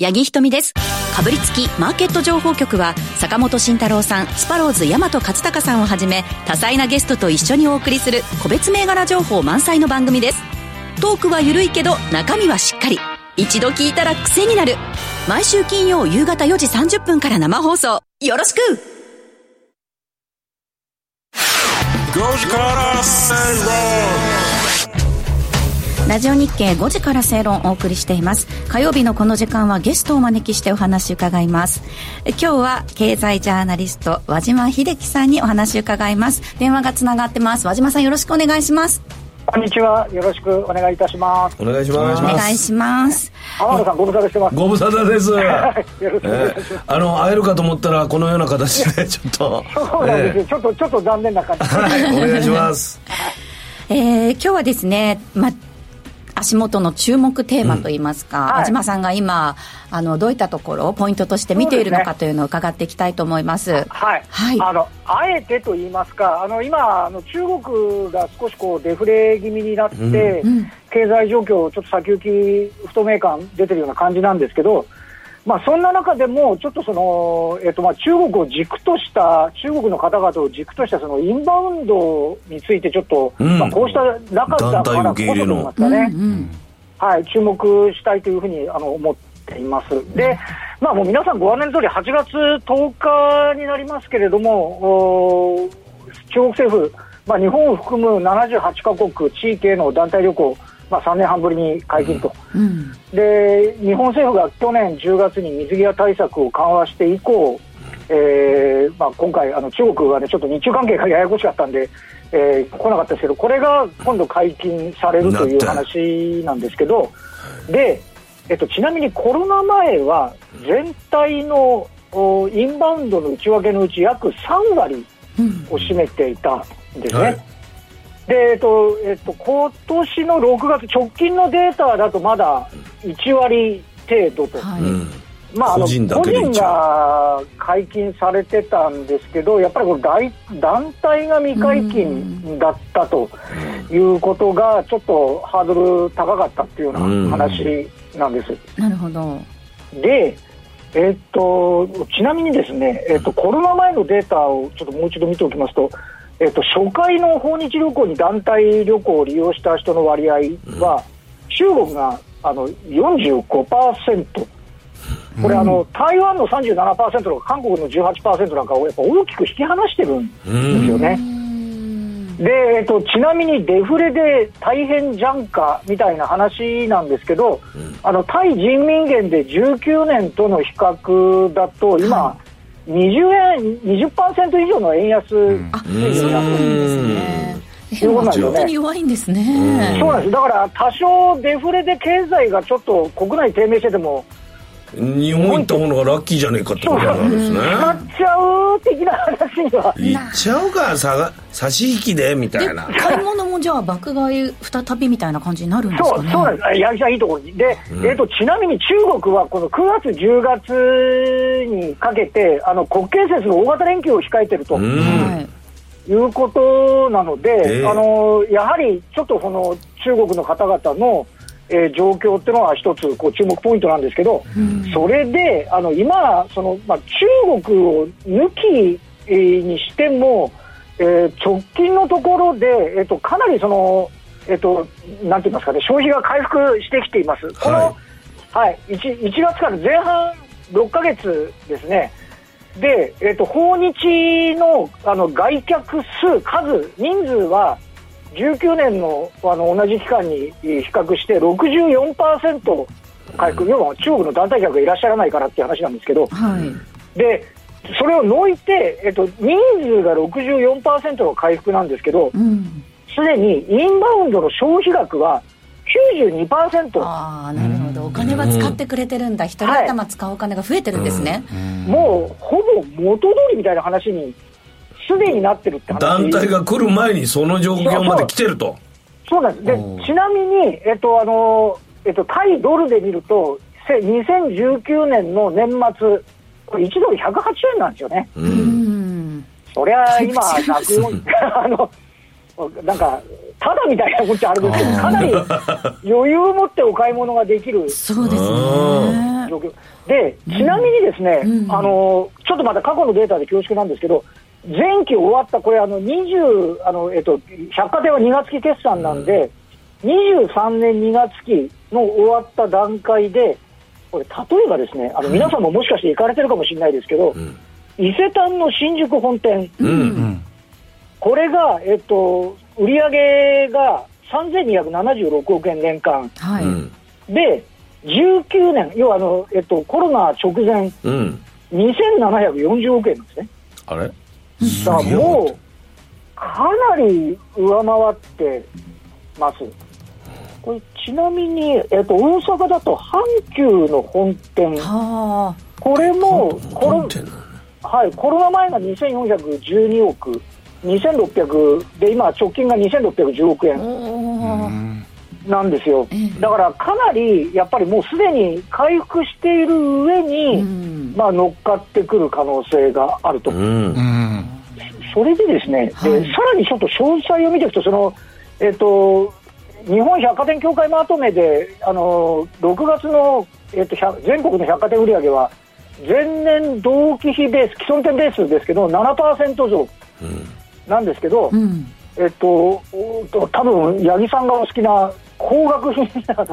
G: 八木ひとみです。かぶりつきマーケット情報局は、坂本慎太郎さん、スパローズ大和勝孝さんをはじめ、多彩なゲストと一緒にお送りする個別銘柄情報満載の番組です。トークは緩いけど、中身はしっかり。一度聞いたら癖になる。毎週金曜夕方4時30分から生放送。よろしく
C: ラジオ日経5時から正論をお送りしています火曜日のこの時間はゲストをお招きしてお話伺います今日は経済ジャーナリスト和島秀樹さんにお話伺います電話がつながってます和島さんよろしくお願いします
I: こんにちはよろしくお願いいたします
D: お願いしますお
C: 願いします
I: 浜田さんご無沙汰してます
D: ご無沙汰です
I: よろしくお願いします、えー、
D: あの会えるかと思ったらこのような形でちょっと
I: そうなんですよ、えー、ちょっとちょっと残念な感じ
D: はいお願いします
C: えー、今日はですね、ま足元の注目テーマといいますか、うんはい、島さんが今あのどういったところをポイントとして見ているのかというのを伺っていきたいと思います。すね、
I: はい、はい、あのあえてと言いますか、あの今あの中国が少しこうデフレ気味になって、うん、経済状況ちょっと先行き不透明感出てるような感じなんですけど。まあ、そんな中でも、ちょっとその、えっと、まあ中国を軸とした、中国の方々を軸としたそのインバウンドについて、ちょっと、うん、まあこうした中だからこそと言いますかね、うんうん、はい、注目したいというふうにあの思っています。で、まあ、もう皆さんご案内の通り、8月10日になりますけれども、中国政府、まあ、日本を含む78か国、地域への団体旅行、まあ、3年半ぶりに解禁と、うん、で日本政府が去年10月に水際対策を緩和して以降、えーまあ、今回、あの中国は、ね、ちょっと日中関係がややこしかったんで、えー、来なかったですけど、これが今度解禁されるという話なんですけど、でえっと、ちなみにコロナ前は、全体のインバウンドの内訳のうち、約3割を占めていたんですね。はいで、えっと、えっと、今年の6月、直近のデータだとまだ1割程度と。はい、まあ、あの個人が解禁されてたんですけど、やっぱりこれ大団体が未解禁だったということが、ちょっとハードル高かったっていうような話なんです。
C: なるほど
I: で、えっと、ちなみにですね、えっと、コロナ前のデータをちょっともう一度見ておきますと、えっと、初回の訪日旅行に団体旅行を利用した人の割合は、中国があの45%、これ、あの台湾の37%とか韓国の18%なんかをやっぱ大きく引き離してるんですよね。でえっと、ちなみにデフレで大変ジャンカみたいな話なんですけど、あの対人民元で19年との比較だと今、20円、20%以上の円安水準になってるんですね。
C: そうなんですよね。弱いんですね。
I: そうなんです。だから多少デフレで経済がちょっと国内低迷してても。
D: 日本行った方がラッキーじゃねえかってことなんですね。
I: 買っちゃう的な話には。
D: 行っちゃうか、さが、差し引きでみたいな。
C: 買い物もじゃあ爆買い再びみたいな感じになるんですか
I: そ
C: ね。
I: う、そうなんです。八木さんいいところに。で、うん、えっ、ー、と、ちなみに中国はこの9月、10月にかけて、あの、国慶節の大型連休を控えてると。うんはいいうことなので、えー、あのやはりちょっとこの中国の方々の、えー、状況っていうのは一つこう注目ポイントなんですけど、うん、それであの今その、まあ、中国を抜き、えー、にしても、えー、直近のところで、えーと、とかなりその、えーと、となんて言いますかね消費が回復してきています。はい、この、はい、1, 1月から前半6か月ですねで、えーと、と訪日のあの外客数数人数は19年のあの同じ期間に比較して64%回復、要は中国の団体客がいらっしゃらないからっていう話なんですけど、はい、でそれを除いて、えっと、人数が64%の回復なんですけど、すでにインバウンドの消費額は92%、
C: ああなるほどお金は使ってくれてるんだ一人頭使うお金が増えてるんですね、
I: もうほぼ元通りみたいな話に、すでになってるって話
D: 団体が来る前にその状況まで来てると。
I: そうなんです。で、ちなみに、えっと、あの、えっと、対ドルで見ると、せ2019年の年末、これ1ドル108円なんですよね。そりゃ、 今、104あの、なんか、ただみたいなこっちゃあるんですけど、かなり余裕を持ってお買い物ができる
C: そうですね
I: 状況。 で、ちなみにですね、あの、ちょっとまた過去のデータで恐縮なんですけど、前期終わった、これあの20あの、えっと、百貨店は2月期決算なんで、23年2月期の終わった段階で、これ、例えばですね、あの皆さんももしかして行かれてるかもしれないですけど、伊勢丹の新宿本店、これが、えっと、売り上げが3276億円年間、
C: はい、
I: で、19年、要はあの、えっと、コロナ直前、
E: うん
I: 2740億円なんですね。
E: あれ
I: だからもう、かなり上回ってます。これちなみに、えっと、大阪だと阪急の本店、
C: は
I: これもコロ
E: 本店なの
I: はい、コロナ前が2412億、2600で、今、直近が2610億
C: あ
I: 円
C: おお
I: なんですよ、だからかなりやっぱりもうすでに回復している上に、まあ、乗っかってくる可能性があると。
E: うん
I: それでですね、
C: はい
I: でさらにちょっと詳細を見ていくと、そのえっと日本百貨店協会まとめで、あの6月の、えっと、100全国の百貨店売上は、前年同期比ベース、既存店ベースですけど、7%増なんですけど、
C: うん
I: えっと、おと多分八木さんがお好きな高額品 な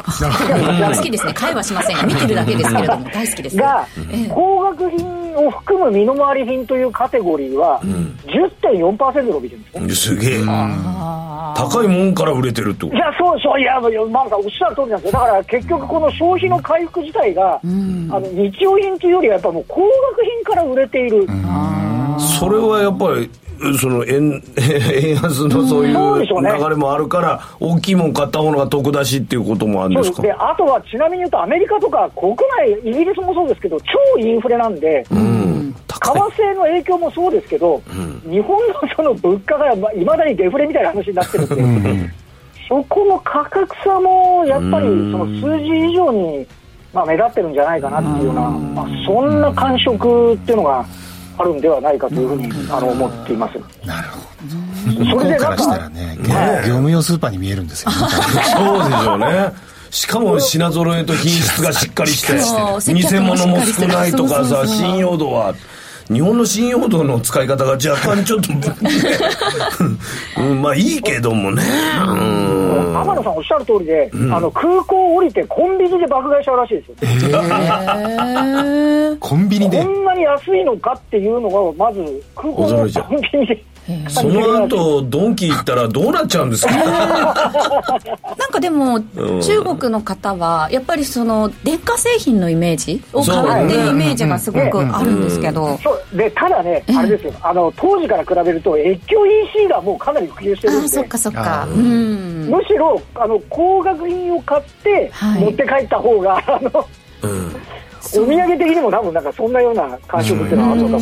I: の
C: 好きですね会話しませんよ見てるだけですけれども大好きです
I: が
C: ええ、
I: 高額品を含む身の回り品というカテゴリーは、10.4%伸びてるんですね。
D: すげえ。
C: あ
D: 高いもんから売れてるってこ
I: いや、そうそう、いや、いやまあ、おっしゃる通りなんですよ。だから、結局、この消費の回復自体が、あの日用品というよりは、やっぱもう高額品から売れている。
D: と。それはやっぱり、その円、 円安のそうい
I: そう
D: う
I: でしょうね
D: 流れもあるから、大きいもん買った方が得だしっていうこともあるん
I: そ
D: で
I: う
D: す
I: です
D: か
I: であとはちなみに言うと、アメリカとか国内、イギリスもそうですけど、超インフレなんで、為替の影響もそうですけど、日本のその物価がいまだにデフレみたいな話になってるんで、そこの価格差もやっぱりその数字以上に、まあ、目立ってるんじゃないかなっていうような、まあ、そんな感触っていうのがあるんではないかというふうにあの思っています。
B: なるほど
I: そ
B: 向こ
I: れで
B: う
I: な
B: か
I: ん
B: らしたら
I: か
B: ね業業務用スーパーに見えるんですよね
D: そうでしょうね。しかも品揃えと品質がしっかりして
C: そう、接
D: 偽
C: 客も
D: 物も
C: しっかりして
D: 少ないとか
C: そうそ
D: さ、
C: うそう
D: 信用度は、日本の信用度の使い方が若干ちょっ と、ねうん、まあいいけどもね。うん
I: 天野さんおっしゃる通りで、あの空港降りてコンビニで爆買いしちゃうらしいですよ。
B: コンビニで
I: こんなに安いのかっていうのが、まず空港
E: 驚
I: の
E: いちゃう
I: コンビニで感じ
D: そ
I: るよう
D: の
I: になって。
D: 後、ドンキ行ったらどうなっちゃうんです か
C: なんかでも、中国の方はやっぱりその電化製品のイメージを買うっていうイメージがすごくあるんですけど、
I: そうでただね、あれですよ、あの当時から比べると、越境 EC がもうかなり普及して
C: あ
I: る
C: あ
I: ん
C: そっ
I: で、
C: かそっかうん
I: むしろあの高額品を買って、
C: はい
I: 持って帰った方が、あのお土産的にも多分、なんかそんなような感触っていうのはあるのかも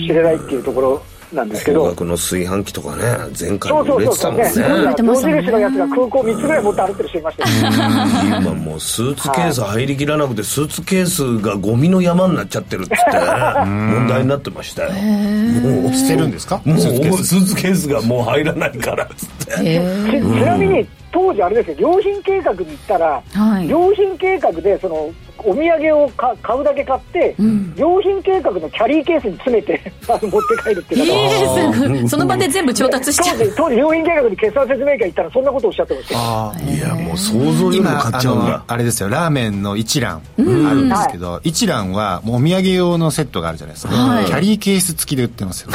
I: しれないっていうところなんですけ
E: 高
I: ど、
E: 額の炊飯器とかね前回
I: そうそ
E: も売
I: う
E: れ
I: そう
E: て
I: そ
E: た
I: う、
E: もんね
I: ね、無印のやつが空港3つぐらい持って歩いてる人いましたよね。
D: 今もうスーツケース入りきらなくて、スーツケースがゴミの山になっちゃってるっつってね、 問題になってましたよ。もう
B: 捨てるんですか
D: もう
B: スーツケース
D: スーツケースがもう入らないからっつ
I: ち
D: って
I: ちなみに当時あれですよ良品計画に行ったら、
C: はい
I: 良品計画でそのお土産をか買うだけ買って、良品計画のキャリーケースに詰めて あの持って帰るってい
C: え
I: うのが
C: えすごいその場で全部調達しちゃ
I: 当
C: う
I: 時当時良品計画に決算説明会行ったらそんなことをおっしゃってました
E: いやもう想像よりも
B: 今
E: 買っ
B: あ
E: ちゃうん
B: の
E: だ
B: あれですよラーメンの一蘭あるんですけど一蘭はもうお土産用のセットがあるじゃないですかキャリーケース付きで売ってますよ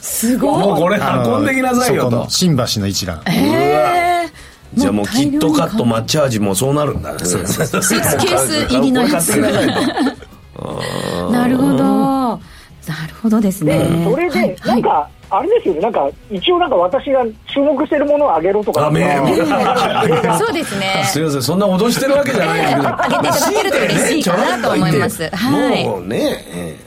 C: すごい
D: もうこれ
B: あの
D: 運んできなさいよ
B: そことの新橋の一蘭
D: じゃあもうキットカット抹茶味もそうなるんだねスーツ
C: スーツケース入りのやつ
D: 買ってくださいと
C: なるほどほどですね。
I: それで、なんか、あれですよね、なんか、一応なんか私が注目してるものをあげろとか。
D: ダメ
I: なんか
C: そうですね。
D: すいませんそんな脅してるわけじゃないんだけど
C: あげていただけると嬉しいかなと思いますはい
D: もうねえ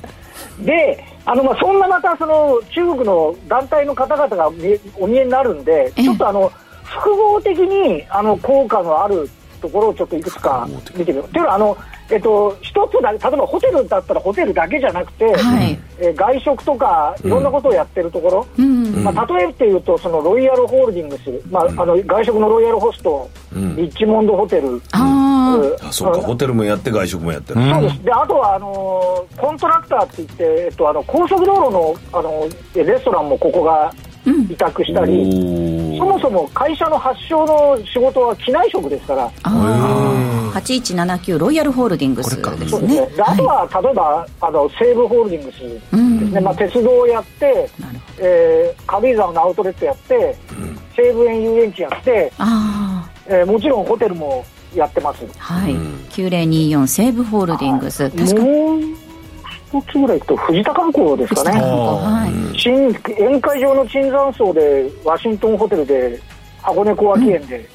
I: で、あの、まあ、そんなまた、その、中国の団体の方々が見お見えになるんで、ちょっとあの、複合的に、あの、効果のあるところをちょっといくつか見てみよう。っていうのは、あの、えっと、一つだけ、例えばホテルだったらホテルだけじゃなくて、
C: はい
I: えー外食とか、いろんなことをやってるところ、まあ、例えて言うと、そのロイヤルホールディングス、まあ、あの外食のロイヤルホスト、リッチモンドホテル、
C: あ
I: うん
D: あそうかホテルもやって外食もやってる
I: そうですであとはあのーコントラクターって言って、えっと、あの高速道路の、あのえレストランもここが委託したり、そもそも会社の発祥の仕事は機内食ですから、
C: ああ8179ロイヤルホールディングスで
I: そう
C: す
I: です
C: ね
I: ねであとは、例えばあの西武ホールディングスですね、まあ、鉄道をやって、えー軽井沢のアウトレットやって、西武園遊園地やって、
C: あ
I: えーもちろんホテルもやってます。
C: あはい9024西武ホールディングス確かに
I: もう一つぐらい行くと藤田観光ですか
C: 下
I: ね
C: の方はい
I: 新宴会場の椿山荘でワシントンホテルで箱根小涌園で、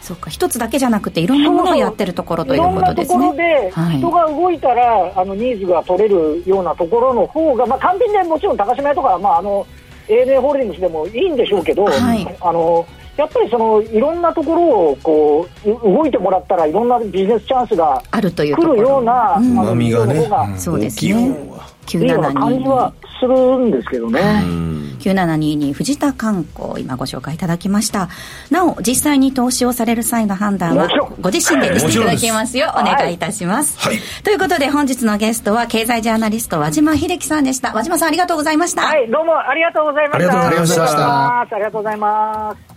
C: そうか一つだけじゃなくていろんなものをやってるところと
I: い
C: いう
I: ろん
C: こ
I: な
C: と
I: と
C: です
I: ころ
C: ね
I: で
C: はい
I: 人が動いたら、あのニーズが取れるようなところの方が、まあ、単品でもちろん高島屋とか、まあ、あの ANA ホールディングスでもいいんでしょうけど、
C: はい
I: あのやっぱりそのいろんなところをこうう動いてもらったらいろんなビジネスチャンスが
C: あるという
I: 来
C: とこ
I: るよう
C: ろ
I: な、あの
D: うまみがね
I: 方が
C: そうです
D: 大きい
C: ね
D: 方はい
I: いような感じは
C: 9722
I: するんですけどね。
C: 9722藤田観光今ご紹介いただきましたなお実際に投資をされる際の判断は
I: もちろん
C: ご自身でしていただきますようお
I: もちろんです
C: 願いいたします、
D: はい
C: ということで本日のゲストは経済ジャーナリスト和島秀樹さんでした和島さんありがとうございました、
I: はい、どうもありがとうございました。
D: ありがとうございま
B: した
I: ありがとうございます。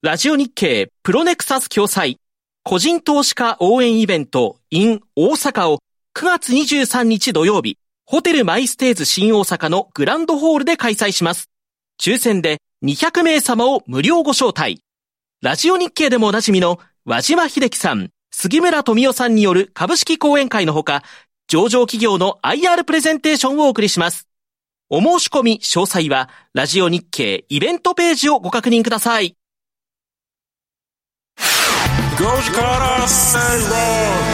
J: ラジオ日経プロネクサス共催個人投資家応援イベント in 大阪を9月23日土曜日ホテルマイステーズ新大阪のグランドホールで開催します。抽選で200名様を無料ご招待。ラジオ日経でもおなじみの和島秀樹さん、杉村富夫さんによる株式講演会のほか上場企業の IR プレゼンテーションをお送りします。お申し込み詳細はラジオ日経イベントページをご確認ください。
A: Goji Karas Say Wrong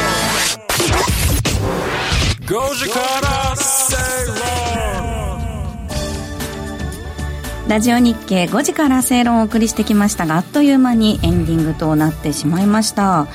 A: Goji Karas Say Wrong
C: ラジオ日経5時から正論をお送りしてきましたがあっという間にエンディングとなってしまいました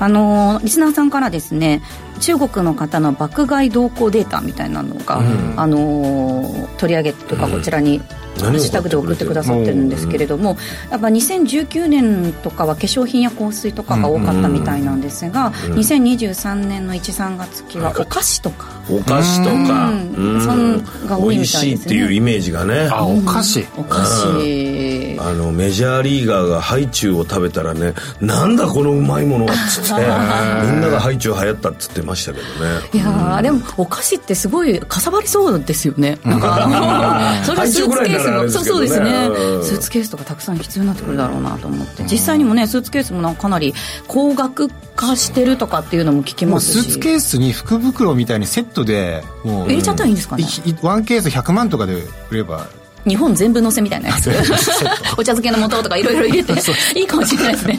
C: あのーリスナーさんからですね中国の方の爆買い動向データみたいなのが、あのー取り上げとかこちらに、ハッシュタグで送ってくださってるんですけれども、やっぱ2019年とかは化粧品や香水とかが多かったみたいなんですが、2023年の1、3月期はお菓子とか、
D: お菓子とか
C: うんそんが多い
D: 美
C: み
D: 味
C: たい
D: しい
C: で
D: っ
C: すね
D: ていうイメージがね
B: あお菓子
C: お菓子
D: あのメジャーリーガーがハイチュウを食べたらねなんだこのうまい ものはっつってみんながハイチュウ流行ったっつってましたけどね
C: いやーでもお菓子ってすごいかさばりそうですよねなんかあのそれはスーツケース
D: 配
C: の
D: 置
C: そう
D: ぐ
C: そう
D: らい
C: です
D: ならあ
C: ね
D: れですけどねうん
C: スーツケースとかたくさん必要になってくるだろうなと思って実際にもねスーツケースもなんかかなり高額化してるとかっていうのも聞き
B: も
C: ま
B: うス
C: す
B: ー
C: し
B: ツケースに福袋みたいにセットでもう
C: 入れちゃったらいいんですかね
B: いいワンケース100万とかで売れば
C: 日本全部乗せみたいなやつ お茶漬けの素とかいろいろ入れていいかもしれないですね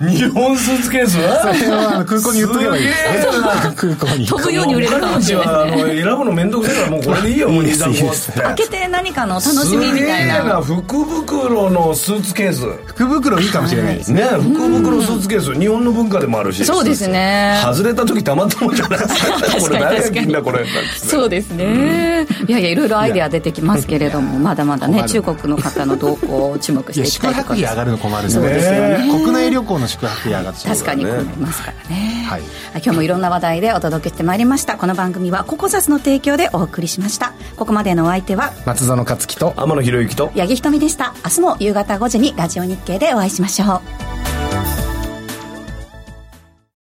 D: 日本スーツケースは
B: それはあの空港に売っとけばいいですね
D: すげえ
B: 空港 に
C: 飛ぶように売れるかもしれない
D: あの選ぶの面倒くさいからもうこれでいいよもう2段もつって
C: 開けて何かの楽しみみたい
D: すげえ
C: な
D: な福袋のスーツケース
B: 福袋いいかもしれないですね
D: ね福袋スーツケース日本の文化でもあるし
C: そうですね
D: 外れた時たまっ たもんじゃないですかこれ誰が着んだこれ
C: そうですね、いやいやいろいろアイデア出てきますけれどもまだまだね中国の方の動向を注目していきたいところ
B: で
C: です
B: 宿泊費上がるの困る
C: そうですよね
B: 国内旅行の宿泊費上がっちゃう
C: 確かに
B: ね
C: 困りますからね、
B: はい
C: 今日もいろんな話題でお届けしてまいりましたこの番組はココザスの提供でお送りしましたここまでのお相手は
B: 松園克樹と
D: 天野博之と
C: 八木ひとみでした明日も夕方5時にラジオ日経でお会いしましょう